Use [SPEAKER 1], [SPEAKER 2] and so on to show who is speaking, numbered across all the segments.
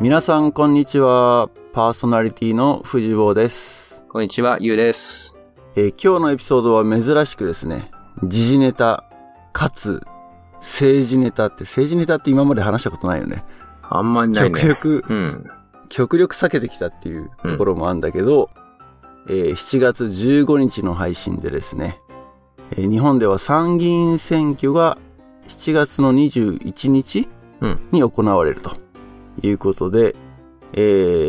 [SPEAKER 1] 皆さん、こんにちは。パーソナリティの藤坊です。
[SPEAKER 2] こんにちは、ゆうです。
[SPEAKER 1] えー今日のエピソードは珍しくですね、時事ネタ、かつ、政治ネタって、政治ネタって今まで話したことないよね。
[SPEAKER 2] あんまりないね。
[SPEAKER 1] 極力、
[SPEAKER 2] うん。
[SPEAKER 1] 極力避けてきたっていうところもあるんだけど、えー7月15日の配信でですね、えー日本では参議院選挙が7月の21日
[SPEAKER 2] うん
[SPEAKER 1] に行われるということで、え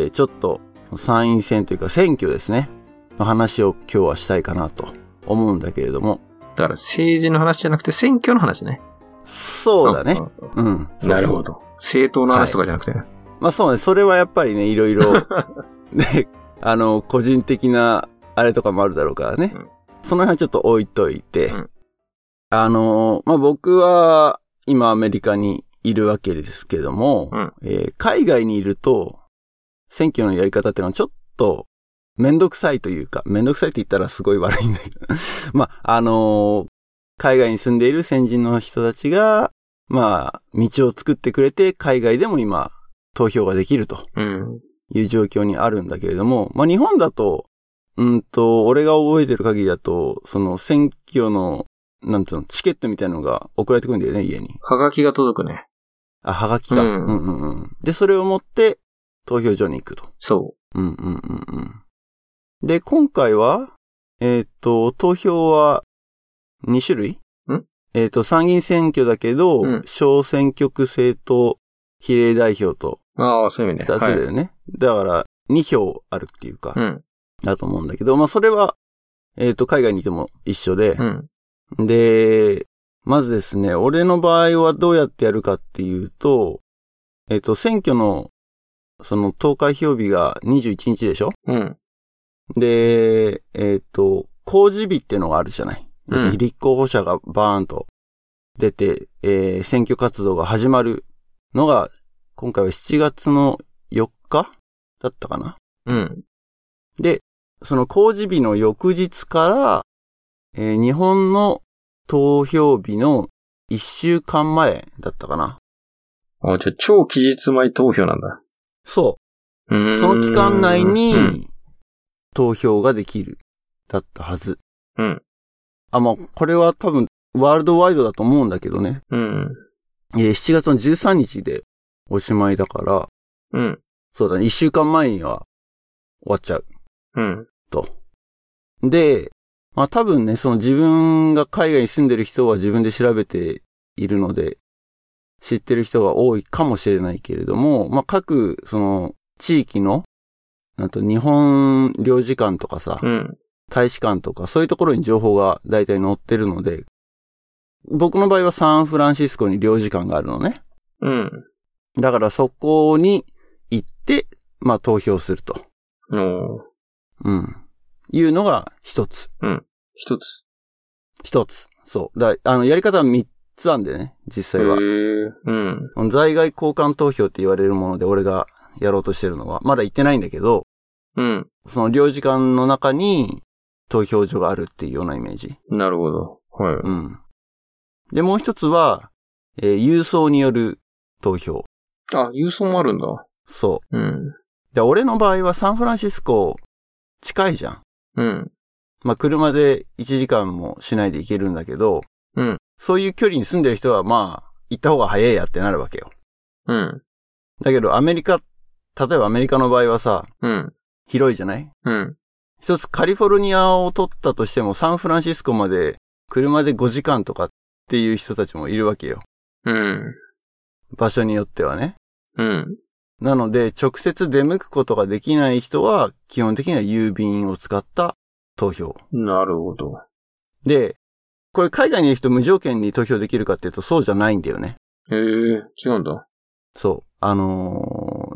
[SPEAKER 1] ーちょっと参院選というか選挙ですね、の話を今日はしたいかなと思うんだけれども、
[SPEAKER 2] だから政治の話じゃなくて選挙の話ね。
[SPEAKER 1] そうだね。。うん。そうそう
[SPEAKER 2] なるほど。政党の話とかじゃなくてね。
[SPEAKER 1] まあそうね、それはやっぱりね、いろい ろ、ね、あの、個人的な、あれとかもあるだろうからね。
[SPEAKER 2] うん
[SPEAKER 1] その辺はちょっと置いといて、
[SPEAKER 2] うん
[SPEAKER 1] あの、まあ僕は、今アメリカにいるわけですけども、
[SPEAKER 2] うん
[SPEAKER 1] えー海外にいると、選挙のやり方っていうのはちょっと、めんどくさいというか、めんどくさいって言ったらすごい悪いんだけど。 まあ、あの海外に住んでいる先人の人たちが、まあ、道を作ってくれて、海外でも今、投票ができると
[SPEAKER 2] うん。
[SPEAKER 1] いう状況にあるんだけれども、まあ日本だと、うんと、俺が覚えてる限りだと、その選挙の、なんていうの、チケットみたいなのが送られてくるんだよね、家に。
[SPEAKER 2] はがきが届くね。
[SPEAKER 1] あ、はがきが。
[SPEAKER 2] うん
[SPEAKER 1] うんうんうん。で、それを持って、投票所に行くと。
[SPEAKER 2] そ
[SPEAKER 1] うんうんうんうん。で、今回は、えっ、と、投票は2種類
[SPEAKER 2] ん
[SPEAKER 1] えっ、と、参議院選挙だけど、
[SPEAKER 2] うん
[SPEAKER 1] 小選挙区政党比例代表と
[SPEAKER 2] う。ああ、そういう意味ね。
[SPEAKER 1] 2つだよね。だから、2票あるっていうか、
[SPEAKER 2] はい。うん。
[SPEAKER 1] だと思うんだけど、まあ、それは、えっ、と、海外にいても一緒で、
[SPEAKER 2] うん。
[SPEAKER 1] で、まずですね、俺の場合はどうやってやるかっていうと、えっ、と、選挙の、その、投開票日が21日でしょ
[SPEAKER 2] うん。
[SPEAKER 1] で、えっ、と、公示日っていうのがあるじゃない。
[SPEAKER 2] うん
[SPEAKER 1] 要するに立候補者がバーンと出て、えー選挙活動が始まるのが、今回は7月の4日だったかな。
[SPEAKER 2] うん。
[SPEAKER 1] で、その公示日の翌日から、えー日本の投票日の1週間前だったかな。
[SPEAKER 2] あじゃあ超期日前投票なんだ。
[SPEAKER 1] そう
[SPEAKER 2] ー
[SPEAKER 1] う。
[SPEAKER 2] ん
[SPEAKER 1] その期間内
[SPEAKER 2] うん
[SPEAKER 1] に投票ができる。だったはず。
[SPEAKER 2] うん。
[SPEAKER 1] あ、まあ、これは多分、ワールドワイドだと思うんだけどね。
[SPEAKER 2] うん。
[SPEAKER 1] えー7月の13日でおしまいだから、
[SPEAKER 2] うん。
[SPEAKER 1] そうだね、1週間前には終わっちゃう。
[SPEAKER 2] うん。
[SPEAKER 1] で、まあ多分ね、その自分が海外に住んでる人は自分で調べているので、知ってる人が多いかもしれないけれども、まあ各、その、地域の、なんと日本領事館とかさ、
[SPEAKER 2] うん。
[SPEAKER 1] 大使館とか、そういうところに情報が大体載ってるので、僕の場合はサンフランシスコに領事館があるのね。
[SPEAKER 2] うん。
[SPEAKER 1] だからそこに行って、まあ投票すると。
[SPEAKER 2] おー
[SPEAKER 1] うん。いうのが一つ。
[SPEAKER 2] 一つ。
[SPEAKER 1] 一つ。そう。だあの、やり方は三つあんでね、実際
[SPEAKER 2] へ
[SPEAKER 1] は。
[SPEAKER 2] ーうん。
[SPEAKER 1] 在外交換投票って言われるもので、俺がやろうとしてるのは、まだ行ってないんだけど、
[SPEAKER 2] うん。
[SPEAKER 1] その領事館の中に投票所があるっていうようなイメージ。
[SPEAKER 2] なるほど。はい。
[SPEAKER 1] うん。で、もう一つは、えー郵送による投票。
[SPEAKER 2] あ、郵送もあるんだ。
[SPEAKER 1] そ
[SPEAKER 2] うん。
[SPEAKER 1] う。で、俺の場合はサンフランシスコ近いじゃん。
[SPEAKER 2] うん。
[SPEAKER 1] まあ、車で1時間もしないで行けるんだけど、
[SPEAKER 2] うん
[SPEAKER 1] そういう距離に住んでる人は、まあ、行った方が早いやってなるわけよ。
[SPEAKER 2] うん。
[SPEAKER 1] だけど、アメリカ、例えばアメリカの場合はさ、
[SPEAKER 2] うん。
[SPEAKER 1] 広いじゃない
[SPEAKER 2] うん。
[SPEAKER 1] 一つカリフォルニアを取ったとしても、サンフランシスコまで車で5時間とかっていう人たちもいるわけよ。
[SPEAKER 2] うん。
[SPEAKER 1] 場所によってはね。
[SPEAKER 2] うん。
[SPEAKER 1] なので、直接出向くことができない人は、基本的には郵便を使った投票。
[SPEAKER 2] なるほど。
[SPEAKER 1] で、これ海外にいる人無条件に投票できるかっていうと、そうじゃないんだよね。
[SPEAKER 2] へえ、違うんだ。
[SPEAKER 1] そう。あの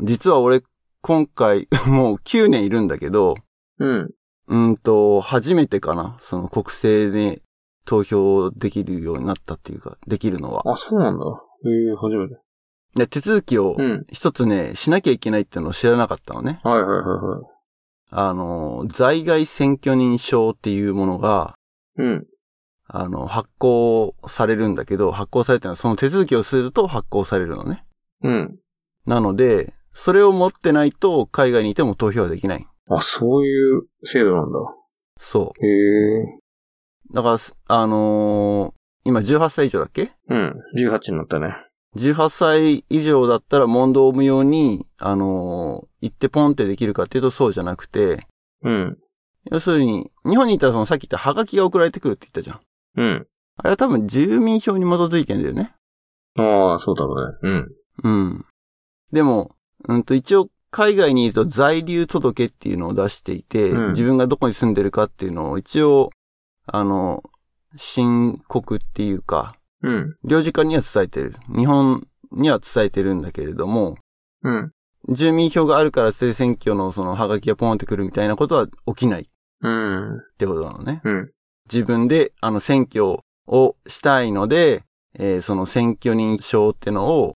[SPEAKER 1] ー実は俺、今回、 もう9年いるんだけど、
[SPEAKER 2] うん。
[SPEAKER 1] うんと、初めてかな。その国政で投票できるようになったっていうか、できるのは。
[SPEAKER 2] あ、そうなんだ。へえ、初めて。
[SPEAKER 1] で手続きを
[SPEAKER 2] うん。
[SPEAKER 1] 一つね、しなきゃいけないっていうのを知らなかったのね。
[SPEAKER 2] はいはいは
[SPEAKER 1] あの、在外選挙人証っていうものが、
[SPEAKER 2] いはい。うん。
[SPEAKER 1] あの、発行されるんだけど、発行されてるのはその手続きをすると発行されるのね。
[SPEAKER 2] うん。
[SPEAKER 1] なので、それを持ってないと海外にいても投票はできない。
[SPEAKER 2] あ、そういう制度なんだ。
[SPEAKER 1] そ
[SPEAKER 2] へえ。
[SPEAKER 1] う。だからす、あのー今18歳以上だっけ
[SPEAKER 2] うん。18になったね。
[SPEAKER 1] 18歳以上だったら問答無用に、あのー行ってポンってできるかっていうとそうじゃなくて、
[SPEAKER 2] うん。
[SPEAKER 1] 要するに、日本にいたらそのさっき言ったハガキが送られてくるって言ったじゃん。
[SPEAKER 2] うん。
[SPEAKER 1] あれは多分住民票に基づいてんだよね。
[SPEAKER 2] ああ、そうだろうね。
[SPEAKER 1] うん。でも、うんと一応海外にいると在留届っていうのを出していて、
[SPEAKER 2] うん
[SPEAKER 1] 自分がどこに住んでるかっていうのを一応、あの、申告っていうか、
[SPEAKER 2] うん。うん。
[SPEAKER 1] 領事館には伝えてる。日本には伝えてるんだけれども、
[SPEAKER 2] うん。住
[SPEAKER 1] 住民票があるから政選挙のそのハガキがポンってくるみたいなことは起きないっ
[SPEAKER 2] うん。
[SPEAKER 1] てことなのね。
[SPEAKER 2] うん。
[SPEAKER 1] 自分であの選挙をしたいので、えーその選挙人証ってのを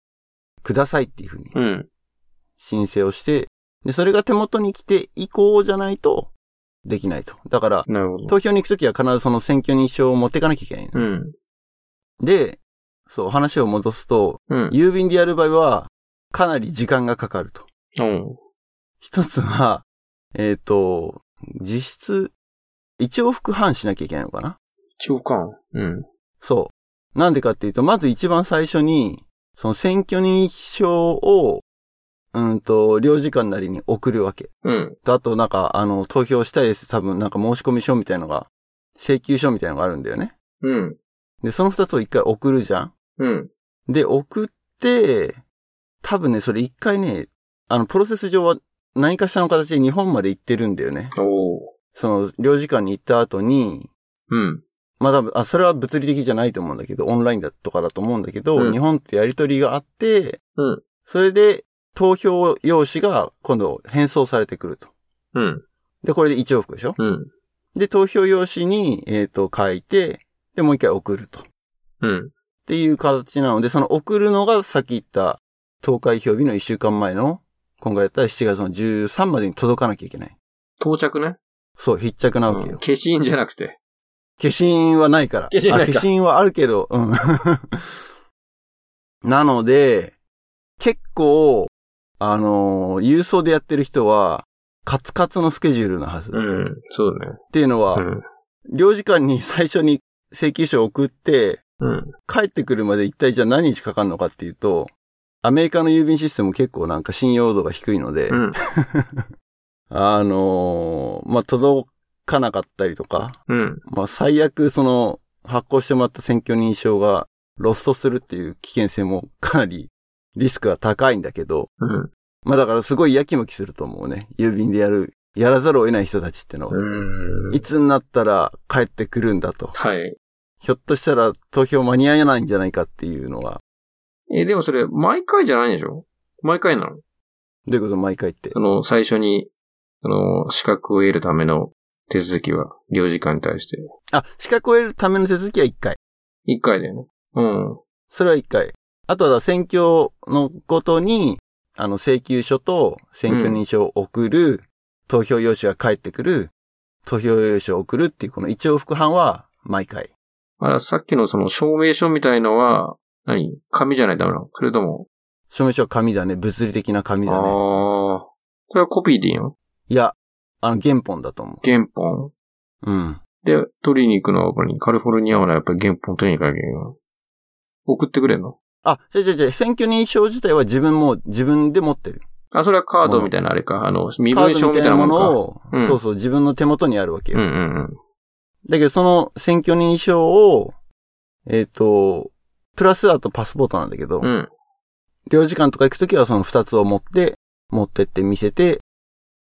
[SPEAKER 1] くださいっていうふうに
[SPEAKER 2] うん。
[SPEAKER 1] 申請をして、で、それが手元に来て以降じゃないとできないと。だから、
[SPEAKER 2] なるほど。
[SPEAKER 1] 投票に行くときは必ずその選挙人証を持っていかなきゃいけないの、
[SPEAKER 2] うん。
[SPEAKER 1] で、そう、話を戻すと、
[SPEAKER 2] うん。
[SPEAKER 1] 郵便でやる場合は、かなり時間がかかると。
[SPEAKER 2] うん。
[SPEAKER 1] 一つは、 えっ、と、実質、一往復半しなきゃいけないのかな
[SPEAKER 2] 中間。うん。
[SPEAKER 1] そう。なんでかっていうと、まず一番最初に、その選挙人証を、うんと、領事館なりに送るわけ。
[SPEAKER 2] うん。
[SPEAKER 1] あと、なんか、あの、投票したいです。多分、なんか申し込み書みたいのが、請求書みたいのがあるんだよね。
[SPEAKER 2] うん。
[SPEAKER 1] で、その二つを一回送るじゃん。
[SPEAKER 2] うん。
[SPEAKER 1] で、送って、多分ね、それ一回ね、あの、プロセス上は何かしらの形で日本まで行ってるんだよね。
[SPEAKER 2] おー。
[SPEAKER 1] その、領事館に行った後に、
[SPEAKER 2] うん。
[SPEAKER 1] まあ、多分あ、それは物理的じゃないと思うんだけど、オンラインだとかだと思うんだけど、
[SPEAKER 2] うん
[SPEAKER 1] 日本ってやりとりがあって、
[SPEAKER 2] うん
[SPEAKER 1] それで、投票用紙が今度返送されてくると。
[SPEAKER 2] うん。
[SPEAKER 1] で、これで一往復でしょ
[SPEAKER 2] うん。
[SPEAKER 1] で、投票用紙に、えっ、と、書いて、で、もう一回送ると。っ
[SPEAKER 2] うん。
[SPEAKER 1] ていう形なので、その送るのがさっき言った、投開票日の1週間前の、今回だったら7月の13までに届かなきゃいけない。
[SPEAKER 2] 到着ね。
[SPEAKER 1] そう、必着なわけ
[SPEAKER 2] うん
[SPEAKER 1] よ。
[SPEAKER 2] 消し印じゃなくて。
[SPEAKER 1] 消印はないから。
[SPEAKER 2] 消印ないか
[SPEAKER 1] あ消印はあるけど、うん。 なので、結構、あのー郵送でやってる人は、カツカツのスケジュールなはず。
[SPEAKER 2] う
[SPEAKER 1] っ
[SPEAKER 2] ん。そうだね。
[SPEAKER 1] ていうのは、
[SPEAKER 2] うん。
[SPEAKER 1] 領事館に最初に請求書を送って、
[SPEAKER 2] うん。
[SPEAKER 1] 帰ってくるまで一体じゃあ何日かかるのかっていうと、アメリカの郵便システム結構なんか信用度が低いので、
[SPEAKER 2] うん。
[SPEAKER 1] あのーまあ、届かなかったりとか、
[SPEAKER 2] うん。
[SPEAKER 1] まあ、最悪その発行してもらった選挙認証がロストするっていう危険性もかなりリスクが高いんだけど、
[SPEAKER 2] うん。
[SPEAKER 1] まあ、だからすごいやきもきすると思うね。郵便でやる、やらざるを得ない人たちってのは。
[SPEAKER 2] うん
[SPEAKER 1] いつになったら帰ってくるんだと。
[SPEAKER 2] はい。
[SPEAKER 1] ひょっとしたら投票間に合わないんじゃないかっていうのは、
[SPEAKER 2] え、でもそれ、毎回じゃないでしょ毎回なの
[SPEAKER 1] どういうこと毎回言って
[SPEAKER 2] そ。の、最初に、その、資格を得るための手続きは、領事館に対して。
[SPEAKER 1] あ、資格を得るための手続きは1回。
[SPEAKER 2] 一回だよね。うん。
[SPEAKER 1] それは1回。あとは選挙のごとに、あの、請求書と選挙認証を送る、投票用紙が返ってくる、投票用紙を送るっていう、この一応副版は毎回。
[SPEAKER 2] あら、さっきのその、証明書みたいのは、何紙じゃないとダメなのそれとも。
[SPEAKER 1] 証明書は紙だね。物理的な紙
[SPEAKER 2] ああ
[SPEAKER 1] だね。
[SPEAKER 2] ー。これはコピーでいいの
[SPEAKER 1] いや、あの、原本だと思
[SPEAKER 2] 原本。
[SPEAKER 1] う。うん。
[SPEAKER 2] で、取りに行くのは、やっぱり、カリフォルニアはやっぱり原本取りに行かなきゃいけないの。送ってくれんの
[SPEAKER 1] あ、じゃじゃじゃ選挙認証自体は自分も、自分で持ってる。
[SPEAKER 2] あ、それはカードみたいなあれか。あの、身
[SPEAKER 1] カ
[SPEAKER 2] 分
[SPEAKER 1] ード
[SPEAKER 2] 証
[SPEAKER 1] み
[SPEAKER 2] み
[SPEAKER 1] た
[SPEAKER 2] た
[SPEAKER 1] い
[SPEAKER 2] い
[SPEAKER 1] な
[SPEAKER 2] な
[SPEAKER 1] も
[SPEAKER 2] ものか。
[SPEAKER 1] のを、
[SPEAKER 2] うん
[SPEAKER 1] そうそう、自分の手元にあるわけよ。
[SPEAKER 2] うんうんうん。
[SPEAKER 1] だけど、その選挙認証を、えっ、と、プラスあとパスポートなんだけど、
[SPEAKER 2] うん。
[SPEAKER 1] 領事館とか行くときはその二つを持って、持ってって見せて、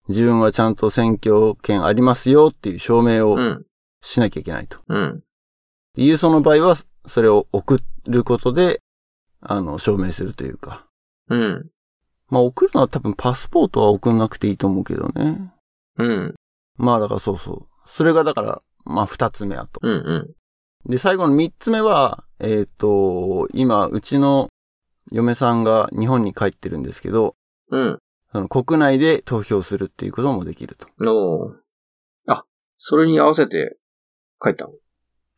[SPEAKER 1] 自分はちゃんと選挙権ありますよっていう証明
[SPEAKER 2] う
[SPEAKER 1] を
[SPEAKER 2] ん。
[SPEAKER 1] しなきゃいけないと。
[SPEAKER 2] うん。
[SPEAKER 1] 郵送の場合は、それを送ることで、あの、証明するというか。
[SPEAKER 2] うん。
[SPEAKER 1] まあ、送るのは多分パスポートは送んなくていいと思うけどね。
[SPEAKER 2] うん。
[SPEAKER 1] まあ、だからそうそう。それがだから、まあ、二つ目あと。
[SPEAKER 2] うん。うん。
[SPEAKER 1] で、最後の三つ目は、えっ、と、今、うちの嫁さんが日本に帰ってるんですけど、
[SPEAKER 2] うん。
[SPEAKER 1] その国内で投票するっていうこともできると。
[SPEAKER 2] おーあ、それに合わせて書いたの。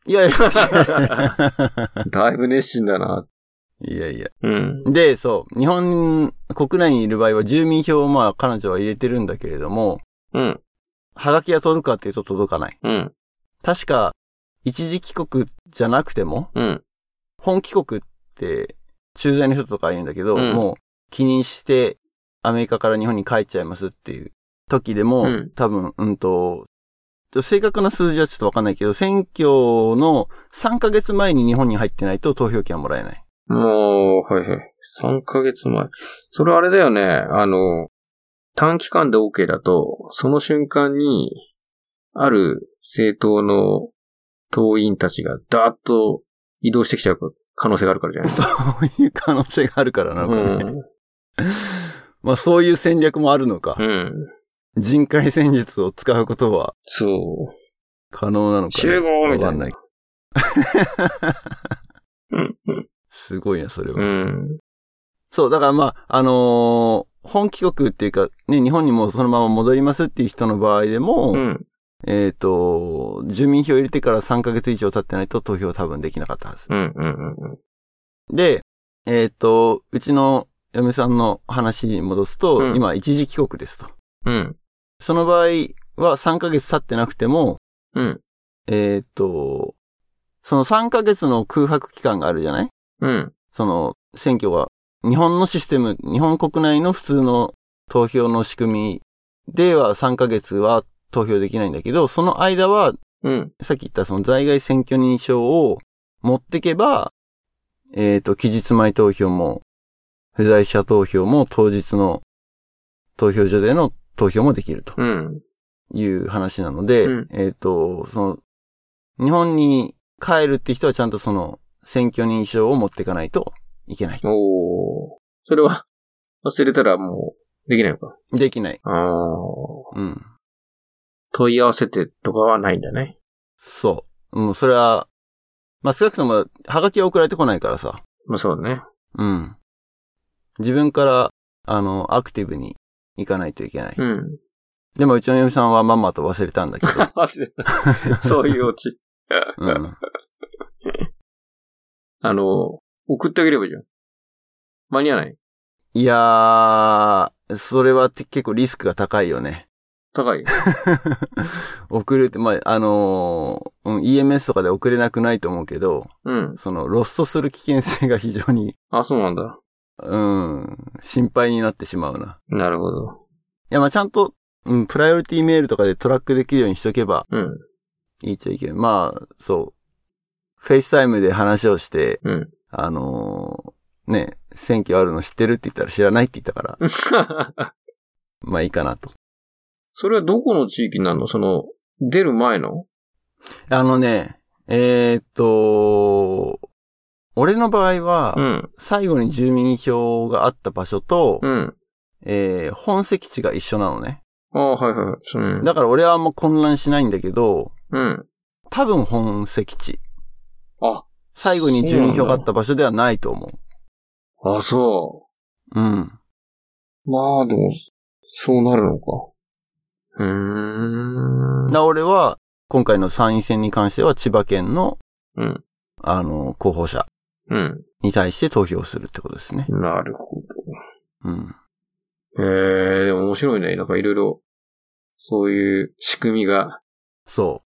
[SPEAKER 1] いやいや、
[SPEAKER 2] だいぶ熱心だな。
[SPEAKER 1] いやいや。
[SPEAKER 2] うん。
[SPEAKER 1] で、そう、日本国内にいる場合は住民票をまあ彼女は入れてるんだけれども、
[SPEAKER 2] うん。
[SPEAKER 1] はがきが届くかっていうと届かない。
[SPEAKER 2] うん。
[SPEAKER 1] 確か、一時帰国じゃなくても、
[SPEAKER 2] うん。
[SPEAKER 1] 本帰国って駐在の人とか言うんだけど、
[SPEAKER 2] うん
[SPEAKER 1] もう気にしてアメリカから日本に帰っちゃいますっていう時でも、
[SPEAKER 2] うん
[SPEAKER 1] 多分、うんと、正確な数字はちょっとわかんないけど、選挙の3ヶ月前に日本に入ってないと投票権はもらえない。
[SPEAKER 2] もう、はいはい。3ヶ月前。それあれだよね。あの、短期間で OK だと、その瞬間に、ある政党の党員たちがダーッと移動してきちゃう可能性があるからじゃない
[SPEAKER 1] そういう可能性がある からなのかね。まあそういう戦略もあるのか。
[SPEAKER 2] うん。うん。
[SPEAKER 1] 人海戦術を使うことは
[SPEAKER 2] そう。
[SPEAKER 1] 可能なのか、ね。
[SPEAKER 2] 集合みたいな
[SPEAKER 1] わかんない。
[SPEAKER 2] うん。
[SPEAKER 1] すごいな、それは。
[SPEAKER 2] うん。
[SPEAKER 1] そう、だからまあ、あのー本帰国っていうか、ね、日本にもうそのまま戻りますっていう人の場合でも、
[SPEAKER 2] うん。
[SPEAKER 1] えっ、と、住民票入れてから3ヶ月以上経ってないと投票多分できなかったはず。
[SPEAKER 2] うん。うん。うん。
[SPEAKER 1] で、えっ、と、うちの嫁さんの話に戻すと、
[SPEAKER 2] うん
[SPEAKER 1] 今一時帰国ですと。
[SPEAKER 2] うん。
[SPEAKER 1] その場合は3ヶ月経ってなくても、
[SPEAKER 2] うん。
[SPEAKER 1] えっ、と、その3ヶ月の空白期間があるじゃない
[SPEAKER 2] うん。
[SPEAKER 1] その選挙は日本のシステム、日本国内の普通の投票の仕組みでは3ヶ月は投票できないんだけど、その間は
[SPEAKER 2] うん。
[SPEAKER 1] さっき言ったその在外選挙認証を持ってけば、えっ、と、期日前投票も、不在者投票も当日の投票所での投票もできると
[SPEAKER 2] うん。
[SPEAKER 1] いう話なので、
[SPEAKER 2] うん
[SPEAKER 1] えっ、と、その、日本に帰るって人はちゃんとその選挙認証を持っていかないといけない。
[SPEAKER 2] おー。それは、忘れたらもう、できないのか。
[SPEAKER 1] できない。
[SPEAKER 2] あー。
[SPEAKER 1] うん。
[SPEAKER 2] 問い合わせてとかはないんだね。
[SPEAKER 1] そう。もうそれは、まあ、少なくとも、はがきは送られてこないからさ。
[SPEAKER 2] まあそうだね。
[SPEAKER 1] うん。自分から、あの、アクティブに行かないといけない。
[SPEAKER 2] うん。
[SPEAKER 1] でも、うちの嫁さんはまんまと忘れたん だけど。
[SPEAKER 2] 忘れた。そういうオチ。
[SPEAKER 1] うん。
[SPEAKER 2] あの、送ってあげればいいじゃん。間に合わない。
[SPEAKER 1] いやー、それはて結構リスクが高いよね。
[SPEAKER 2] 高いよ。
[SPEAKER 1] 送るって、まあ、あのーうん、EMS とかで送れなくないと思うけど、
[SPEAKER 2] うん。
[SPEAKER 1] その、ロストする危険性が非常に、
[SPEAKER 2] あ、そうなんだ。
[SPEAKER 1] うん、心配になってしまうな。
[SPEAKER 2] なるほど。
[SPEAKER 1] いや、まあ、ちゃんと、うん、プライオリティメールとかでトラックできるようにしとけば
[SPEAKER 2] うん。
[SPEAKER 1] いいっちゃいいけど、まあ、そう。フェイスタイムで話をして、
[SPEAKER 2] うん。
[SPEAKER 1] あのーね、選挙あるの知ってるって言ったら知らないって言ったから、 まあいいかなと。
[SPEAKER 2] それはどこの地域なのその、出る前の
[SPEAKER 1] あのね、えーっと、俺の場合は、
[SPEAKER 2] うん。
[SPEAKER 1] 最後に住民票があった場所と、
[SPEAKER 2] うん。
[SPEAKER 1] えー本籍地が一緒なのね。
[SPEAKER 2] ああ、はいはいはい。その
[SPEAKER 1] だから俺はあんま混乱しないんだけど、
[SPEAKER 2] うん。
[SPEAKER 1] 多分本籍地。
[SPEAKER 2] あ、
[SPEAKER 1] 最後に住民票があった場所ではないと思
[SPEAKER 2] あ、そう。
[SPEAKER 1] う。うん。
[SPEAKER 2] まあ、でも、そうなるのか。うーん。
[SPEAKER 1] な、俺は、今回の参院選に関しては千葉県の、
[SPEAKER 2] うん。
[SPEAKER 1] あの、候補者
[SPEAKER 2] うん。
[SPEAKER 1] に対して投票するってことですね。
[SPEAKER 2] なるほ
[SPEAKER 1] うん。
[SPEAKER 2] ど。ええでも面白いね。なんかいろいろ、そういう仕組みが。
[SPEAKER 1] そ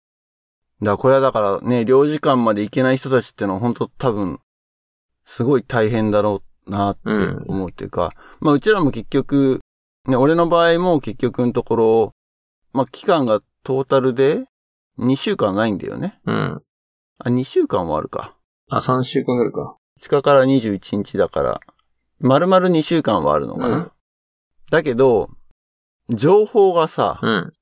[SPEAKER 1] う。だからこれはだからね、領事館まで行けない人たちってのは本当多分、すごい大変だろうなって
[SPEAKER 2] うん
[SPEAKER 1] 思うっていうか、まあうちらも結局、ね、俺の場合も結局のところ、まあ期間がトータルで2週間ないんだよね。
[SPEAKER 2] うん。
[SPEAKER 1] あ、2週間はあるか。
[SPEAKER 2] あ、3週間ぐらいか。
[SPEAKER 1] 5日から21日だから、丸々2週間はあるのかな。
[SPEAKER 2] うん
[SPEAKER 1] だけど、情報がさ、
[SPEAKER 2] うん。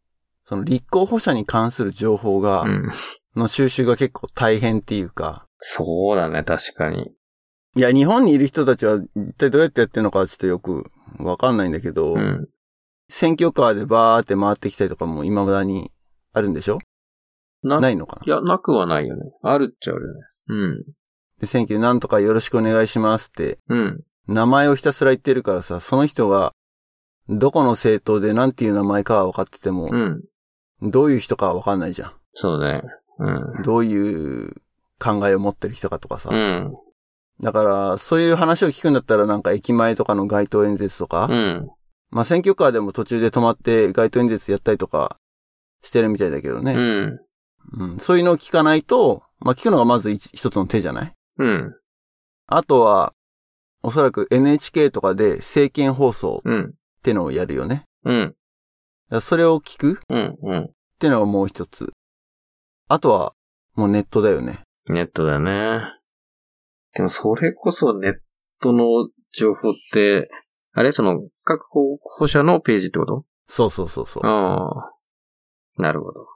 [SPEAKER 1] その立候補者に関する情報が、
[SPEAKER 2] うん。
[SPEAKER 1] の収集が結構大変っていうか、
[SPEAKER 2] そうだね、確かに。
[SPEAKER 1] いや、日本にいる人たちは一体どうやってやってるのかちょっとよくわかんないんだけど、
[SPEAKER 2] うん。
[SPEAKER 1] 選挙カーでバーって回ってきたりとかも今だにあるんでしょ
[SPEAKER 2] な
[SPEAKER 1] ないのかない
[SPEAKER 2] や、なくはないよね。あるっちゃあるよね。
[SPEAKER 1] で選挙なんとかよろしくお願いしますって、
[SPEAKER 2] うん。うん。
[SPEAKER 1] 名前をひたすら言ってるからさ、その人が、どこの政党で何ていう名前かは分かってても、
[SPEAKER 2] うん。
[SPEAKER 1] どういう人かは分かんないじゃ
[SPEAKER 2] そうね。うん
[SPEAKER 1] ん。。どういう考えを持ってる人かとかさ。
[SPEAKER 2] うん。
[SPEAKER 1] だから、そういう話を聞くんだったらなんか駅前とかの街頭演説とか、
[SPEAKER 2] うん。
[SPEAKER 1] まあ選挙カーでも途中で止まって街頭演説やったりとかしてるみたいだけどね。
[SPEAKER 2] うん。
[SPEAKER 1] うんそういうのを聞かないと、まあ聞くのがまず一一つの手じゃない
[SPEAKER 2] うん。
[SPEAKER 1] あとは、おそらく NHK とかで政見放送
[SPEAKER 2] うん。
[SPEAKER 1] ってのをやるよね。
[SPEAKER 2] う
[SPEAKER 1] だ
[SPEAKER 2] ん。
[SPEAKER 1] からそれを聞くっ
[SPEAKER 2] うん。う
[SPEAKER 1] てのがもう一つ。あとは、もうネットだよね。
[SPEAKER 2] ん。ネットだね。でもそれこそネットの情報って、あれその、各候補者のページってこと
[SPEAKER 1] そうそうそうそう。
[SPEAKER 2] ああ。なるほど。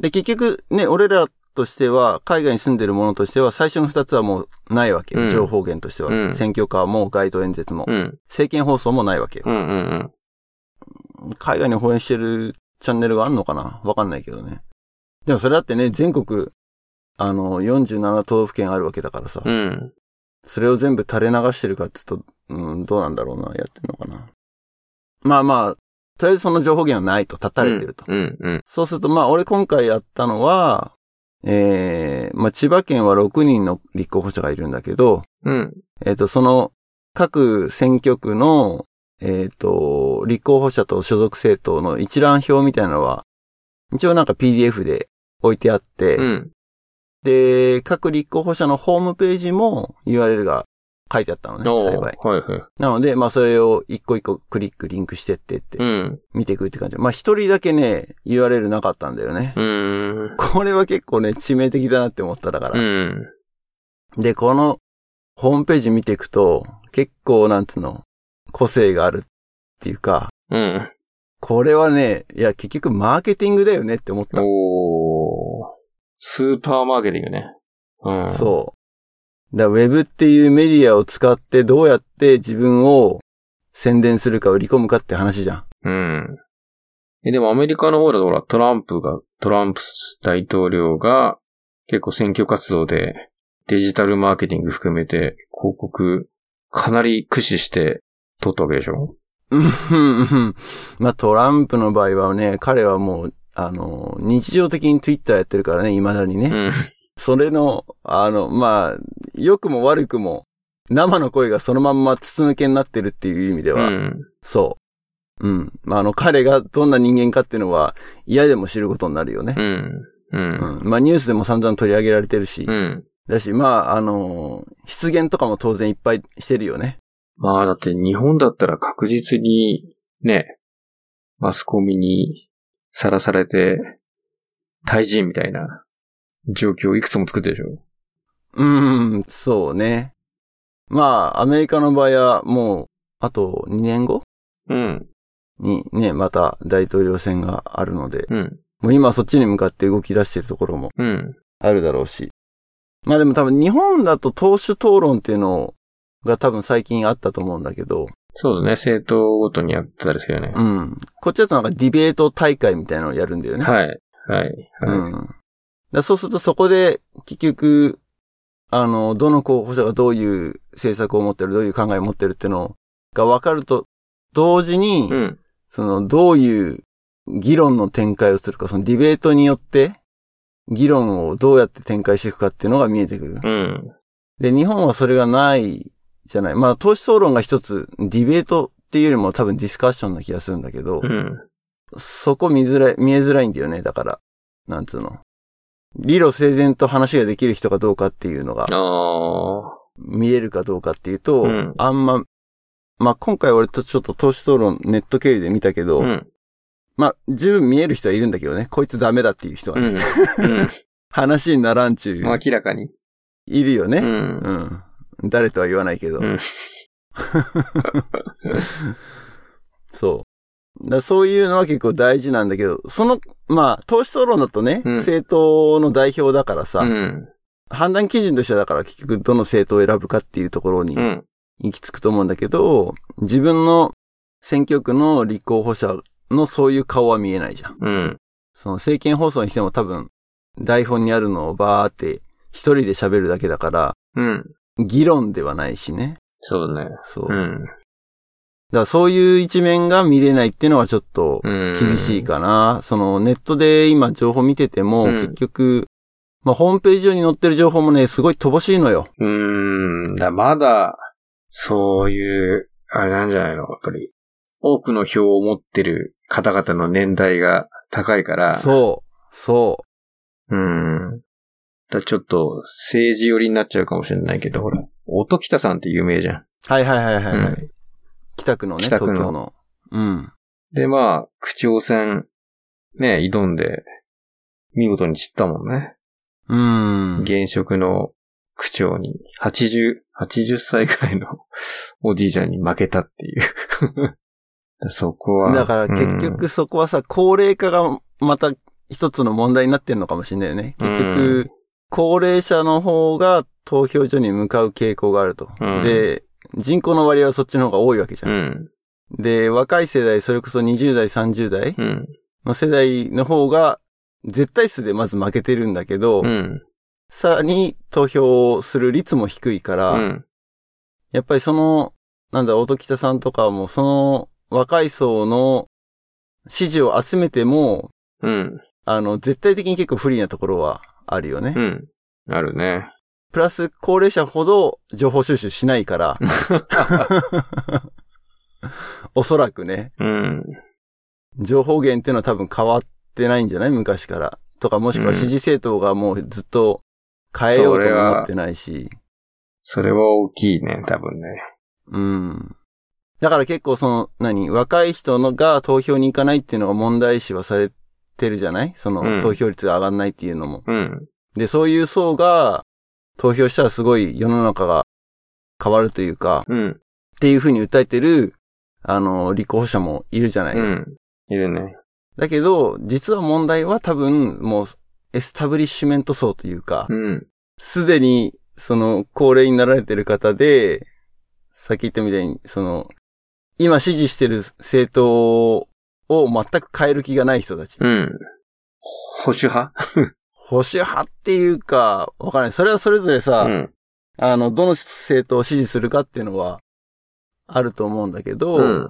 [SPEAKER 1] で、結局ね、俺らとしては、海外に住んでる者としては、最初の二つはもうないわけよ。
[SPEAKER 2] うん
[SPEAKER 1] 情報源としては。
[SPEAKER 2] うん
[SPEAKER 1] 選挙カーも街頭演説も、
[SPEAKER 2] うん。
[SPEAKER 1] 政見放送もないわけよ
[SPEAKER 2] う。んうんうん。
[SPEAKER 1] 海外に放映してるチャンネルがあるのかなわかんないけどね。でもそれだってね、全国、あの、47都道府県あるわけだからさ、
[SPEAKER 2] うん。
[SPEAKER 1] それを全部垂れ流してるかって言うと、うん、どうなんだろうな、やってんのかな。まあまあ、とりあえずその情報源はないと、立たれてると。
[SPEAKER 2] うんうん。
[SPEAKER 1] そうすると、まあ、俺今回やったのは、ええまあ、千葉県は6人の立候補者がいるんだけど、
[SPEAKER 2] うん。
[SPEAKER 1] えっ、と、その、各選挙区の、えっ、と、立候補者と所属政党の一覧表みたいなのは、一応なんか PDF で置いてあって、
[SPEAKER 2] うん。
[SPEAKER 1] で、各立候補者のホームページも URL が書いてあったのね、
[SPEAKER 2] おー
[SPEAKER 1] 幸い。
[SPEAKER 2] はいはい。
[SPEAKER 1] なので、まあ、それを一個一個クリック、リンクしてってって
[SPEAKER 2] う、ん。
[SPEAKER 1] 見ていくって感じ。まあ、一人だけね、URL なかったんだよね。
[SPEAKER 2] うーん。
[SPEAKER 1] これは結構ね、致命的だなって思っただか
[SPEAKER 2] う
[SPEAKER 1] ら。
[SPEAKER 2] ん。
[SPEAKER 1] で、このホームページ見ていくと、結構なんつうの、個性があるっていうか、
[SPEAKER 2] うん。
[SPEAKER 1] これはね、いや、結局マーケティングだよねって思った。
[SPEAKER 2] おー。スーパーマーケティングね。うん。
[SPEAKER 1] そう。だウェブっていうメディアを使ってどうやって自分を宣伝するか売り込むかって話じゃん。
[SPEAKER 2] う。うん。え、でもアメリカの方だとほら、トランプが、トランプ大統領が結構選挙活動でデジタルマーケティング含めて広告かなり駆使して取ったわけでしょ
[SPEAKER 1] うんうんうんまあトランプの場合はね、彼はもう、あの、日常的にツイッターやってるからね、未だにね。
[SPEAKER 2] うん。
[SPEAKER 1] それの、あの、まあ、良くも悪くも、生の声がそのまんま筒抜けになってるっていう意味で
[SPEAKER 2] う
[SPEAKER 1] は、
[SPEAKER 2] ん。
[SPEAKER 1] そう。うん。まあ、あの、彼がどんな人間かっていうのは、嫌でも知ることになるよね
[SPEAKER 2] う。ん。う。
[SPEAKER 1] うんん。まあ、ニュースでも散々取り上げられてるし、
[SPEAKER 2] うん。
[SPEAKER 1] だし、まあ、あのー、失言とかも当然いっぱいしてるよね。
[SPEAKER 2] まあ、だって日本だったら確実に、ね、マスコミにさらされて、退陣みたいな状況をいくつも作ってるでしょ
[SPEAKER 1] うん、そうね。まあ、アメリカの場合は、もう、あと2年後
[SPEAKER 2] うん。
[SPEAKER 1] にね、また大統領選があるので、
[SPEAKER 2] うん。
[SPEAKER 1] もう今そっちに向かって動き出してるところも
[SPEAKER 2] うん。
[SPEAKER 1] あるだろうし。まあでも多分日本だと党首討論っていうのが多分最近あったと思うんだけど、
[SPEAKER 2] そうだね。政党ごとにやってたりするよね。
[SPEAKER 1] うん。こっちだとなんかディベート大会みたいなのをやるんだよね。
[SPEAKER 2] はい。はい。
[SPEAKER 1] う
[SPEAKER 2] は
[SPEAKER 1] ん。
[SPEAKER 2] い。
[SPEAKER 1] だからそうするとそこで結局、あの、どの候補者がどういう政策を持ってる、どういう考えを持ってるっていうのが分かると、同時に、
[SPEAKER 2] うん。
[SPEAKER 1] その、どういう議論の展開をするか、そのディベートによって、議論をどうやって展開していくかっていうのが見えてくる。
[SPEAKER 2] うん。
[SPEAKER 1] で、日本はそれがないじゃない。まあ、投資討論が一つ、ディベートっていうよりも多分ディスカッションな気がするんだけど、
[SPEAKER 2] うん。
[SPEAKER 1] そこ見づらい、見えづらいんだよね。だから、なんつうの。理路整然と話ができる人かどうかっていうのが
[SPEAKER 2] あ、あ。
[SPEAKER 1] 見えるかどうかっていうと、
[SPEAKER 2] うん
[SPEAKER 1] あんま、まあ、今回俺とちょっと投資討論ネット経由で見たけど、
[SPEAKER 2] うん。
[SPEAKER 1] まあ、十分見える人はいるんだけどね。こいつダメだっていう人は
[SPEAKER 2] う
[SPEAKER 1] ね、
[SPEAKER 2] ん。うん。
[SPEAKER 1] 話にならんち ゅ
[SPEAKER 2] まあ
[SPEAKER 1] う、
[SPEAKER 2] 明らかに。
[SPEAKER 1] いるよ
[SPEAKER 2] う
[SPEAKER 1] ね、
[SPEAKER 2] ん
[SPEAKER 1] う。ん。誰とは言わないけど。
[SPEAKER 2] うん
[SPEAKER 1] そう。だそういうのは結構大事なんだけど、その、まあ、投資討論だとね、
[SPEAKER 2] うん
[SPEAKER 1] 政党の代表だからさ、
[SPEAKER 2] うん。
[SPEAKER 1] 判断基準としてはだから結局どの政党を選ぶかっていうところに
[SPEAKER 2] うん。
[SPEAKER 1] 行き着くと思うんだけど、自分の選挙区の立候補者のそういう顔は見えないじゃん。
[SPEAKER 2] うん。
[SPEAKER 1] その政見放送にしても多分台本にあるのをバーって一人で喋るだけだから、
[SPEAKER 2] うん。
[SPEAKER 1] 議論ではないしね。
[SPEAKER 2] そうだね。
[SPEAKER 1] そう。
[SPEAKER 2] う
[SPEAKER 1] だか
[SPEAKER 2] ん。
[SPEAKER 1] らそういう一面が見れないっていうのはちょっと
[SPEAKER 2] うん。
[SPEAKER 1] 厳しいかな。そのネットで今情報見てても、
[SPEAKER 2] うん
[SPEAKER 1] 結局、まあ、ホームページ上に載ってる情報もね、すごい乏しいのよ。
[SPEAKER 2] うーん、だまだ、そういう、あれなんじゃないのやっぱり、多くの票を持ってる方々の年代が高いから、。
[SPEAKER 1] そう。そう
[SPEAKER 2] うん。だちょっと、政治寄りになっちゃうかもしれないけど、ほら、音北さんって有名じゃん。
[SPEAKER 1] う。はいはいはいはい、はい
[SPEAKER 2] うん
[SPEAKER 1] 北区のね、
[SPEAKER 2] 北区の
[SPEAKER 1] 東京の。うん。
[SPEAKER 2] で、まあ、区長選、ね、挑んで、見事に散ったもんね。
[SPEAKER 1] うん。
[SPEAKER 2] 現職の区長に、80、80歳くらいの おじいちゃんに負けたっていう。だ そこは。
[SPEAKER 1] だから結
[SPEAKER 2] うん、
[SPEAKER 1] 局そこはさ、高齢化がまた一つの問題になってんのかもしれないよね。結
[SPEAKER 2] う
[SPEAKER 1] 局、高齢者の方が投票所に向かう傾向があると。
[SPEAKER 2] うん
[SPEAKER 1] で、人口の割合はそっちの方が多いわけじゃ。
[SPEAKER 2] うんん。
[SPEAKER 1] で、若い世代、それこそ20代、30代
[SPEAKER 2] うん。
[SPEAKER 1] の世代の方が、絶対数でまず負けてるんだけど、
[SPEAKER 2] うん。
[SPEAKER 1] さらに投票をする率も低いから、
[SPEAKER 2] うん。
[SPEAKER 1] やっぱりその、なんだ、音北さんとかも、その若い層の支持を集めても、
[SPEAKER 2] うん。
[SPEAKER 1] あの、絶対的に結構不利なところはあるよね。
[SPEAKER 2] うん。あるね。
[SPEAKER 1] プラス、高齢者ほど情報収集しない から。 おそらくね、
[SPEAKER 2] うん。
[SPEAKER 1] 情報源っていうのは多分変わってないんじゃない昔から。とか、もしくは支持政党がもうずっと変えようとも思ってないし。
[SPEAKER 2] それは大きいね、多分ね。
[SPEAKER 1] うん。だから結構その、何、若い人のが投票に行かないっていうのが問題視はされてるじゃないその、
[SPEAKER 2] うん
[SPEAKER 1] 投票率が上がんないっていうのも。
[SPEAKER 2] うん。
[SPEAKER 1] で、そういう層が投票したらすごい世の中が変わるというか、
[SPEAKER 2] うん。
[SPEAKER 1] っていうふうに訴えてる、あの、立候補者もいるじゃない、
[SPEAKER 2] うん。いるね。
[SPEAKER 1] だけど、実は問題は多分、もう、エスタブリッシュメント層というか、
[SPEAKER 2] うん。
[SPEAKER 1] すでに、その、高齢になられてる方で、さっき言ったみたいに、その、今支持してる政党を全く変える気がない人たち。
[SPEAKER 2] うん。保守派
[SPEAKER 1] 保守派っていうか、わからない。それはそれぞれさ、
[SPEAKER 2] うん。
[SPEAKER 1] あの、どの政党を支持するかっていうのは、あると思うんだけど、
[SPEAKER 2] うん。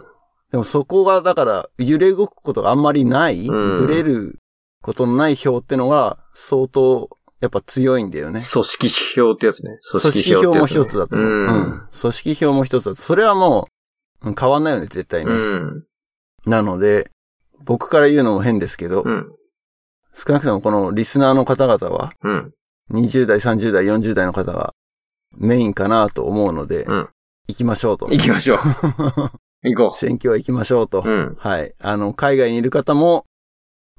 [SPEAKER 1] でもそこが、だから、揺れ動くことがあんまりない、
[SPEAKER 2] うん
[SPEAKER 1] ブレることのない票ってのが、相当、やっぱ強いんだよね
[SPEAKER 2] 組。織票ってやつね。組
[SPEAKER 1] 組織票も一
[SPEAKER 2] ね
[SPEAKER 1] つだと
[SPEAKER 2] う
[SPEAKER 1] 思う。うんん。。組織票も一つだと。それはもう、うん変わんないよね、絶対
[SPEAKER 2] う
[SPEAKER 1] ね。
[SPEAKER 2] ん。
[SPEAKER 1] なので、僕から言うのも変ですけど
[SPEAKER 2] う、ん。
[SPEAKER 1] 少なくともこのリスナーの方々は、
[SPEAKER 2] うん。
[SPEAKER 1] 20代、30代、40代の方がメインかなと思うので
[SPEAKER 2] うん、
[SPEAKER 1] 行きましょうと。
[SPEAKER 2] 行きましょ う。行こ
[SPEAKER 1] 選挙は行きましょうと
[SPEAKER 2] う。。うん。
[SPEAKER 1] はい。あの、海外にいる方も、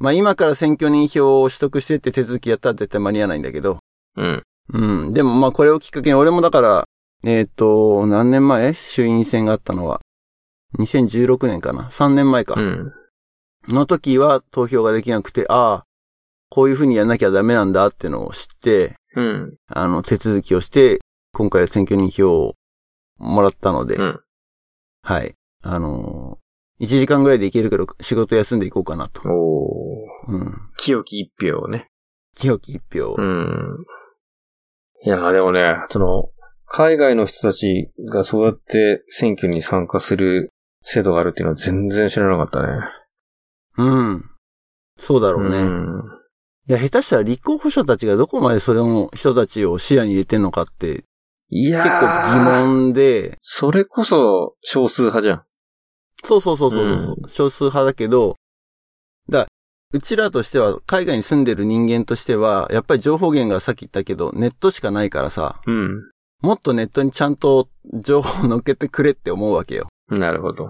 [SPEAKER 1] まあ今から選挙人票を取得してって手続きやったら絶対間に合わないんだけど、
[SPEAKER 2] うん。
[SPEAKER 1] うん。でもまあこれをきっかけに、俺もだから、えっ、と、何年前衆院選があったのは。2016年かな ?3 年前か。
[SPEAKER 2] うん。
[SPEAKER 1] の時は投票ができなくて、ああ、こういうふうにやんなきゃダメなんだっていうのを知って、
[SPEAKER 2] うん。
[SPEAKER 1] あの、手続きをして、今回は選挙人票をもらったので、
[SPEAKER 2] うん
[SPEAKER 1] はい。あのー、1時間ぐらいで行けるけど、仕事休んでいこうかなと。
[SPEAKER 2] おー。
[SPEAKER 1] うん。
[SPEAKER 2] 清き一票をね。
[SPEAKER 1] 清き一票。
[SPEAKER 2] うん。いやー、でもね、その、海外の人たちがそうやって選挙に参加する制度があるっていうのは全然知らなかったね。
[SPEAKER 1] うん。そうだろうね。
[SPEAKER 2] うん。
[SPEAKER 1] いや、下手したら立候補者たちがどこまでそれを、人たちを視野に入れてんのかって、
[SPEAKER 2] いや
[SPEAKER 1] 結構
[SPEAKER 2] ー
[SPEAKER 1] 疑。問で、
[SPEAKER 2] それこそ少数派じゃん。
[SPEAKER 1] そうそうそうそうそう、
[SPEAKER 2] う
[SPEAKER 1] 少数派だけど、だ、うちらとしては、海外に住んでる人間としては、やっぱり情報源がさっき言ったけど、ネットしかないからさ、
[SPEAKER 2] う
[SPEAKER 1] もっとネットにちゃんと情報を乗っけてくれって思うわけよ。
[SPEAKER 2] ん。なるほど。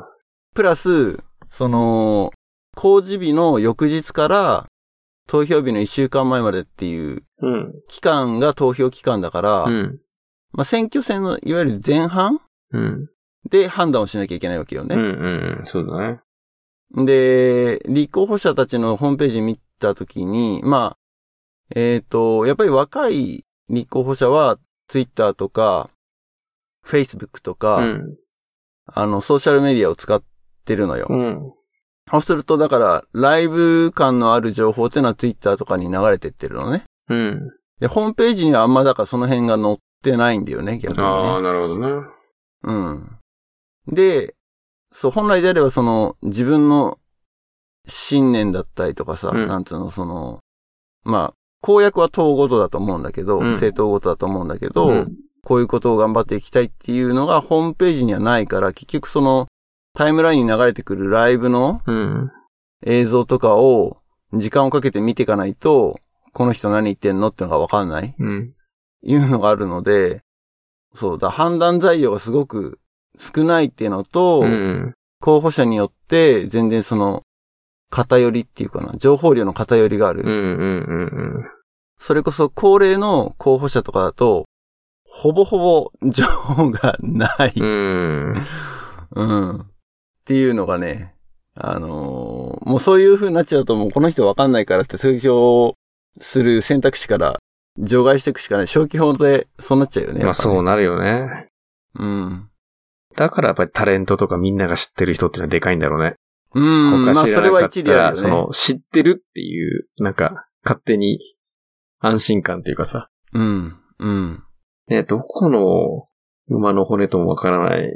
[SPEAKER 1] プラス、その、公示日の翌日から、投票日の1週間前までっていう
[SPEAKER 2] うん。
[SPEAKER 1] 期間が投票期間だから、
[SPEAKER 2] うん。
[SPEAKER 1] まあ、選挙戦のいわゆる前半
[SPEAKER 2] うん。
[SPEAKER 1] で判断をしなきゃいけないわけよ
[SPEAKER 2] うん。う
[SPEAKER 1] ね。
[SPEAKER 2] んうん。そうだね。
[SPEAKER 1] で、立候補者たちのホームページ見たときに、まあ、えっ、と、やっぱり若い立候補者は、ツイッターとか、フェイスブックとか、
[SPEAKER 2] うん。
[SPEAKER 1] あの、ソーシャルメディアを使ってるのよ。
[SPEAKER 2] うん。
[SPEAKER 1] そうすると、だから、ライブ感のある情報っていうのはツイッターとかに流れてってるのね。
[SPEAKER 2] うん。
[SPEAKER 1] で、ホームページにはあんまだからその辺が載ってないんだよね、逆にね
[SPEAKER 2] あ。あ、なるほどね。
[SPEAKER 1] うん。で、そう、本来であればその、自分の信念だったりとかさ、
[SPEAKER 2] うん
[SPEAKER 1] なんつうの、その、まあ、公約は党ごとだと思うんだけど、
[SPEAKER 2] うん
[SPEAKER 1] 政党ごとだと思うんだけど、
[SPEAKER 2] うん
[SPEAKER 1] こういうことを頑張っていきたいっていうのがホームページにはないから、結局そのタイムラインに流れてくるライブの
[SPEAKER 2] うん。
[SPEAKER 1] 映像とかを時間をかけて見ていかないと、この人何言ってんのってのがわかんない
[SPEAKER 2] うん。
[SPEAKER 1] いうのがあるので、そうだ、判断材料がすごく少ないっていうのと、
[SPEAKER 2] うん。
[SPEAKER 1] 候補者によって全然その偏りっていうかな、情報量の偏りがある。
[SPEAKER 2] うん。うん。うん。
[SPEAKER 1] それこそ高齢の候補者とかだと、ほぼほぼ情報がない。
[SPEAKER 2] うん。
[SPEAKER 1] うん。っていうのがね、あのーもうそういう風になっちゃうともうこの人わかんないからって投票する選択肢から除外していくしかない。消去法でそうなっちゃうよね。
[SPEAKER 2] まあそう
[SPEAKER 1] う。
[SPEAKER 2] なるよね。
[SPEAKER 1] うん。
[SPEAKER 2] だからやっぱりタレントとかみんなが知ってる人ってのはでかいんだろうね。
[SPEAKER 1] うん。
[SPEAKER 2] 他
[SPEAKER 1] まあ
[SPEAKER 2] 知ら
[SPEAKER 1] そ
[SPEAKER 2] な
[SPEAKER 1] れ
[SPEAKER 2] か
[SPEAKER 1] は
[SPEAKER 2] った
[SPEAKER 1] 一理あ
[SPEAKER 2] ら、
[SPEAKER 1] る
[SPEAKER 2] そ
[SPEAKER 1] よね。
[SPEAKER 2] の知ってるっていう、なんか勝手に安心感っていうかさ、
[SPEAKER 1] うん。うん。
[SPEAKER 2] ね、どこの馬の骨ともわからない、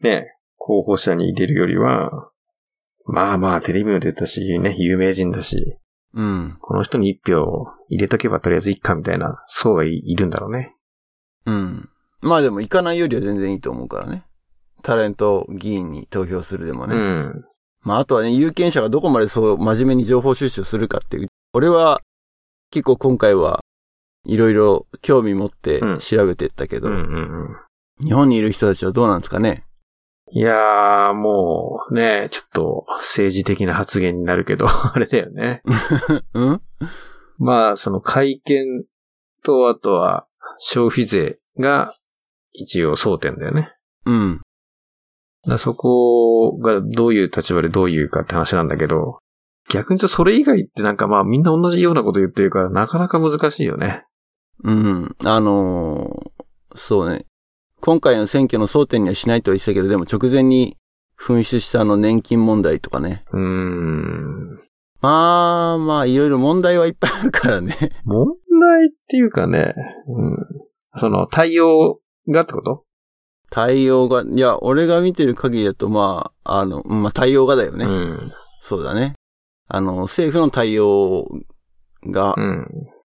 [SPEAKER 2] ね、候補者に入れるよりは、まあまあテレビも出たし、ね、有名人だし、
[SPEAKER 1] うん。
[SPEAKER 2] この人に一票入れとけばとりあえずいっかみたいな層がいいるんだろうね。
[SPEAKER 1] うん。まあでも行かないよりは全然いいと思うからね。タレント議員に投票するでもね。
[SPEAKER 2] うん。
[SPEAKER 1] まああとはね、有権者がどこまでそう真面目に情報収集するかっていう。俺は結構今回はいろいろ興味持って
[SPEAKER 2] うん
[SPEAKER 1] 調べてったけ
[SPEAKER 2] う
[SPEAKER 1] ど、
[SPEAKER 2] んうんうん。
[SPEAKER 1] 日本にいる人たちはどうなんですかね
[SPEAKER 2] いやー、もうね、ちょっと政治的な発言になるけど、 あれだよね。
[SPEAKER 1] うん
[SPEAKER 2] まあ、その会見と、あとは消費税が一応争点だよね。だか
[SPEAKER 1] うん。
[SPEAKER 2] らそこがどういう立場でどういうかって話なんだけど、逆に言うとそれ以外ってなんかまあみんな同じようなこと言ってるからなかなか難しいよね。
[SPEAKER 1] うん。あのーそうね。今回の選挙の争点にはしないとは言ってたけど、でも直前に紛失したあの年金問題とかね。
[SPEAKER 2] うーん。
[SPEAKER 1] まあまあ、いろいろ問題はいっぱいあるからね。
[SPEAKER 2] 問題っていうかね、うん。その対応がってこと
[SPEAKER 1] 対応が、いや、俺が見てる限りだと、まあ、あの、まあ、対応がだよね。
[SPEAKER 2] うん。
[SPEAKER 1] そうだね。あの、政府の対応が、
[SPEAKER 2] うん。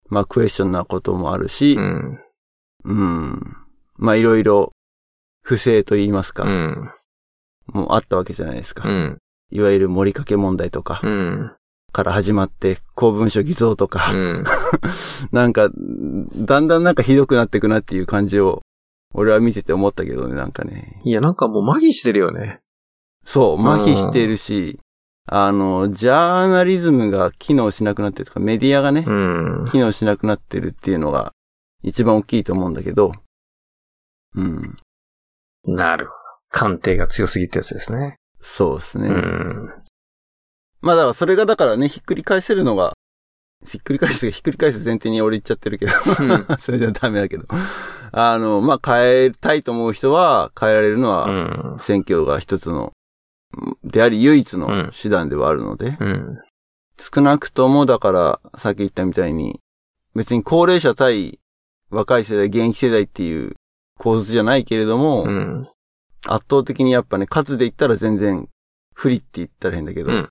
[SPEAKER 1] まあ、クエスチョンなこともあるし
[SPEAKER 2] う、ん。
[SPEAKER 1] うん。まあ、いろいろ、不正と言いますか、
[SPEAKER 2] うん。
[SPEAKER 1] もうあったわけじゃないですか。
[SPEAKER 2] うん。
[SPEAKER 1] いわゆる盛りかけ問題とか
[SPEAKER 2] うん。
[SPEAKER 1] から始まって、公文書偽造とか、
[SPEAKER 2] うん。
[SPEAKER 1] なんか、だんだんなんかひどくなっていくなっていう感じを、俺は見てて思ったけどね、なんかね。
[SPEAKER 2] いや、なんかもう麻痺してるよね。
[SPEAKER 1] そう、麻痺しているし、あの、ジャーナリズムが機能しなくなってるとか、メディアがね、
[SPEAKER 2] うん。
[SPEAKER 1] 機能しなくなってるっていうのが一番大きいと思うんだけど、うん。
[SPEAKER 2] なるほど。鑑定が強すぎってやつですね。
[SPEAKER 1] そうですね。
[SPEAKER 2] うん。
[SPEAKER 1] まあだからそれがだからね、ひっくり返せるのが、ひっくり返す、ひっくり返す前提に俺言っちゃってるけど、 それじゃダメだけど。あの、まあ変えたいと思う人は変えられるの
[SPEAKER 2] う
[SPEAKER 1] は、
[SPEAKER 2] ん。
[SPEAKER 1] 選挙が一つの、であり唯一
[SPEAKER 2] う
[SPEAKER 1] の
[SPEAKER 2] ん
[SPEAKER 1] 手段ではあるので、
[SPEAKER 2] うん。
[SPEAKER 1] 少なくとも、だから、さっき言ったみたいに、別に高齢者対若い世代、現役世代っていう構図じゃないけれども、
[SPEAKER 2] うん。
[SPEAKER 1] 圧倒的にやっぱね、数で言ったら全然不利って言ったら変だけど、
[SPEAKER 2] うん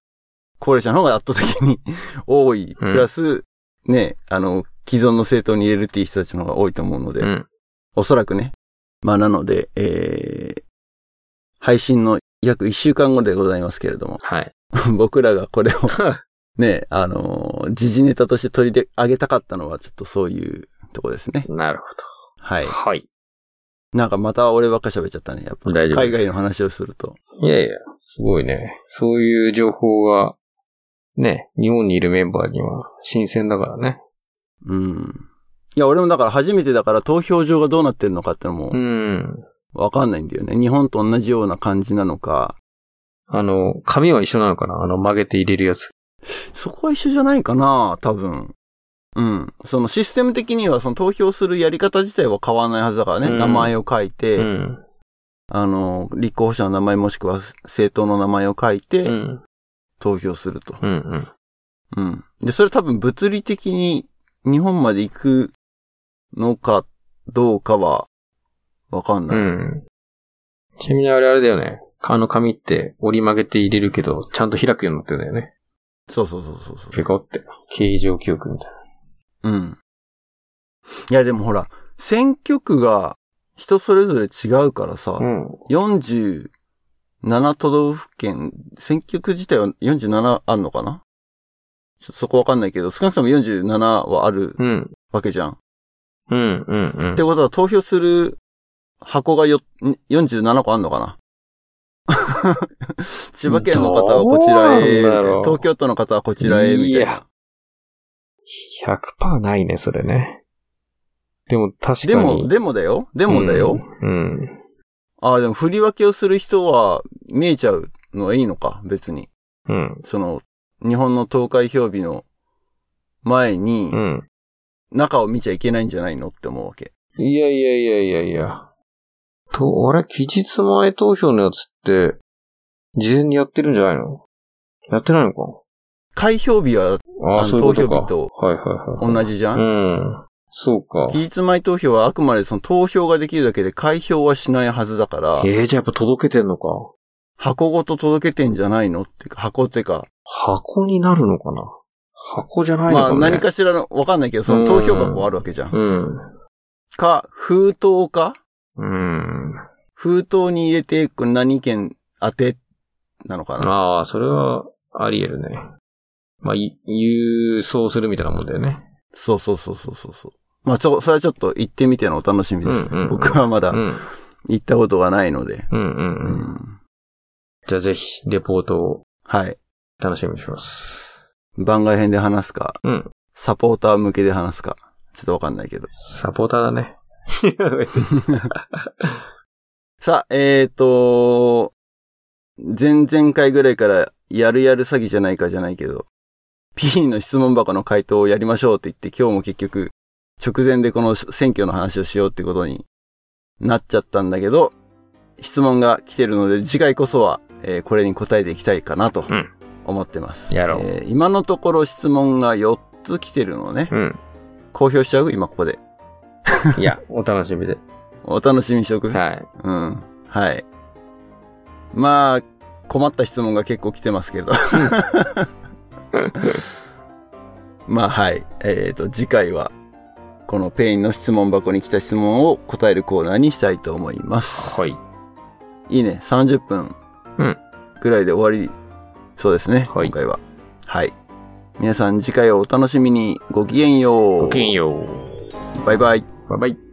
[SPEAKER 1] 高齢者の方が圧倒的に 多い。プラス、ね、あの、既存の政党に入れるっていう人たちの方が多いと思うので、
[SPEAKER 2] うん。
[SPEAKER 1] おそらくね。まあなので、えー、配信の約1週間後でございますけれども、
[SPEAKER 2] はい。
[SPEAKER 1] 僕らがこ れをね、あのー時事ネタとして取り上げたかったのは、ちょっとそういうとこですね。
[SPEAKER 2] なるほ
[SPEAKER 1] はい
[SPEAKER 2] ど。。はい。
[SPEAKER 1] なんかまた俺ばっか喋っちゃったね。やっぱ
[SPEAKER 2] 大丈夫で
[SPEAKER 1] 海
[SPEAKER 2] す
[SPEAKER 1] 外の話をすると。
[SPEAKER 2] いやいや、すごいね。そういう情報が、ね、日本にいるメンバーには新鮮だからね。
[SPEAKER 1] うん。いや、俺もだから初めてだから投票場がどうなってるのかってのも
[SPEAKER 2] うん。
[SPEAKER 1] わかんないんだよね。日本と同じような感じなのか、
[SPEAKER 2] あの、紙は一緒なのかなあの、曲げて入れるやつ。
[SPEAKER 1] そこは一緒じゃないかな、多分。うん。そのシステム的にはその投票するやり方自体は変わらないはずだからね。
[SPEAKER 2] うん
[SPEAKER 1] 名前を書いて、
[SPEAKER 2] うん。
[SPEAKER 1] あのー、立候補者の名前もしくは政党の名前を書いて、
[SPEAKER 2] うん。
[SPEAKER 1] 投票すると。
[SPEAKER 2] うん。うん。
[SPEAKER 1] うん。で、それ多分物理的に日本まで行くのかどうかはわかんない。
[SPEAKER 2] うん。ちなみにあれあれだよね。あの紙って折り曲げて入れるけど、ちゃんと開くようになってるんだよね。
[SPEAKER 1] そうそうそうそうそう。
[SPEAKER 2] ペコって。形状記憶みたいな。
[SPEAKER 1] うん。いや、でもほら、選挙区が人それぞれ違うからさ、
[SPEAKER 2] うん。
[SPEAKER 1] 47都道府県、選挙区自体は47あんのかなちょっとそこわかんないけど、少なくとも47はある
[SPEAKER 2] うん。
[SPEAKER 1] わけじゃん。
[SPEAKER 2] うん。うん。うん
[SPEAKER 1] って。ことは投票する箱がよん47個あんのかな 千葉県の方はこちらへ、み
[SPEAKER 2] どう
[SPEAKER 1] た
[SPEAKER 2] ないんだろ
[SPEAKER 1] な
[SPEAKER 2] う
[SPEAKER 1] 東京都の方はこちらへ、みた
[SPEAKER 2] い
[SPEAKER 1] い
[SPEAKER 2] や
[SPEAKER 1] な。
[SPEAKER 2] 100%ないね、それね。でも確かに。
[SPEAKER 1] でも、でもだよでもだよ、
[SPEAKER 2] うん。うん。
[SPEAKER 1] ああ、でも振り分けをする人は見えちゃうのはいいのか、別に。
[SPEAKER 2] うん。
[SPEAKER 1] その、日本の投開票日の前に
[SPEAKER 2] う、ん。
[SPEAKER 1] 中を見ちゃいけないんじゃないのって思うわけ。
[SPEAKER 2] いやいやいやいやいや。と、あれ、期日前投票のやつって、事前にやってるんじゃないのやってないのか
[SPEAKER 1] 開票日は
[SPEAKER 2] あ
[SPEAKER 1] あ
[SPEAKER 2] あ、
[SPEAKER 1] の
[SPEAKER 2] そういうことか。
[SPEAKER 1] 投
[SPEAKER 2] はいはいはい。
[SPEAKER 1] 同じじゃん、
[SPEAKER 2] うん。そうか。
[SPEAKER 1] 期日前投票はあくまでその投票ができるだけで開票はしないはずだから、
[SPEAKER 2] ええじゃあやっぱ届けてんのか。
[SPEAKER 1] 箱ごと届けてんじゃないのってか、箱ってか、
[SPEAKER 2] 箱になるのかな箱じゃないの
[SPEAKER 1] ま
[SPEAKER 2] か
[SPEAKER 1] あ
[SPEAKER 2] ね。
[SPEAKER 1] 何かしらの、わかんないけど、その投票箱あるわけじゃん。
[SPEAKER 2] うん。
[SPEAKER 1] か、封筒か
[SPEAKER 2] うん。
[SPEAKER 1] 封筒に入れて、これ何県当て、なのかな
[SPEAKER 2] ああ、それは、あり得るね。まあ、い郵送するみたいなもんだよね。
[SPEAKER 1] そうそうそうそうそうそう。まあ、ちょ、それはちょっと行ってみてのお楽しみです。
[SPEAKER 2] うんうんうん
[SPEAKER 1] 僕はま
[SPEAKER 2] う
[SPEAKER 1] だ
[SPEAKER 2] ん。
[SPEAKER 1] 行ったことがないので。
[SPEAKER 2] うんうん
[SPEAKER 1] う
[SPEAKER 2] うん。
[SPEAKER 1] ん。
[SPEAKER 2] じゃあぜひ、レポートを
[SPEAKER 1] はい。
[SPEAKER 2] 楽しみにします。
[SPEAKER 1] 番外編で話すか、
[SPEAKER 2] うん。
[SPEAKER 1] サポーター向けで話すか、ちょっとわかんないけど。
[SPEAKER 2] サポーターだ ね。
[SPEAKER 1] さあ、えーと、前々回ぐらいから、やるやる詐欺じゃないかじゃないけど、P の質問箱の回答をやりましょうって言って、今日も結局、直前でこの選挙の話をしようってことになっちゃったんだけど、質問が来てるので、次回こそは、えーこれに答えていきたいかなと
[SPEAKER 2] うん
[SPEAKER 1] 思ってます。
[SPEAKER 2] やろう
[SPEAKER 1] えー今のところ質問が4つ来てるのね。
[SPEAKER 2] うん。
[SPEAKER 1] 公表しちゃう今ここで。
[SPEAKER 2] いや、お楽しみで。
[SPEAKER 1] お楽しみにしとく。
[SPEAKER 2] はい。
[SPEAKER 1] うん。はい。まあ、困った質問が結構来てますけど。まあ、はい。えっ、と、次回は、このペインの質問箱に来た質問を答えるコーナーにしたいと思います。
[SPEAKER 2] はい。
[SPEAKER 1] いいね。30分
[SPEAKER 2] うん。
[SPEAKER 1] ぐらいで終わり、そうですね。
[SPEAKER 2] はい
[SPEAKER 1] 今回は。はい。皆さん次回をお楽しみに。ごきげんよう。
[SPEAKER 2] ごきげんよう。
[SPEAKER 1] バイバイ。
[SPEAKER 2] バイバイ。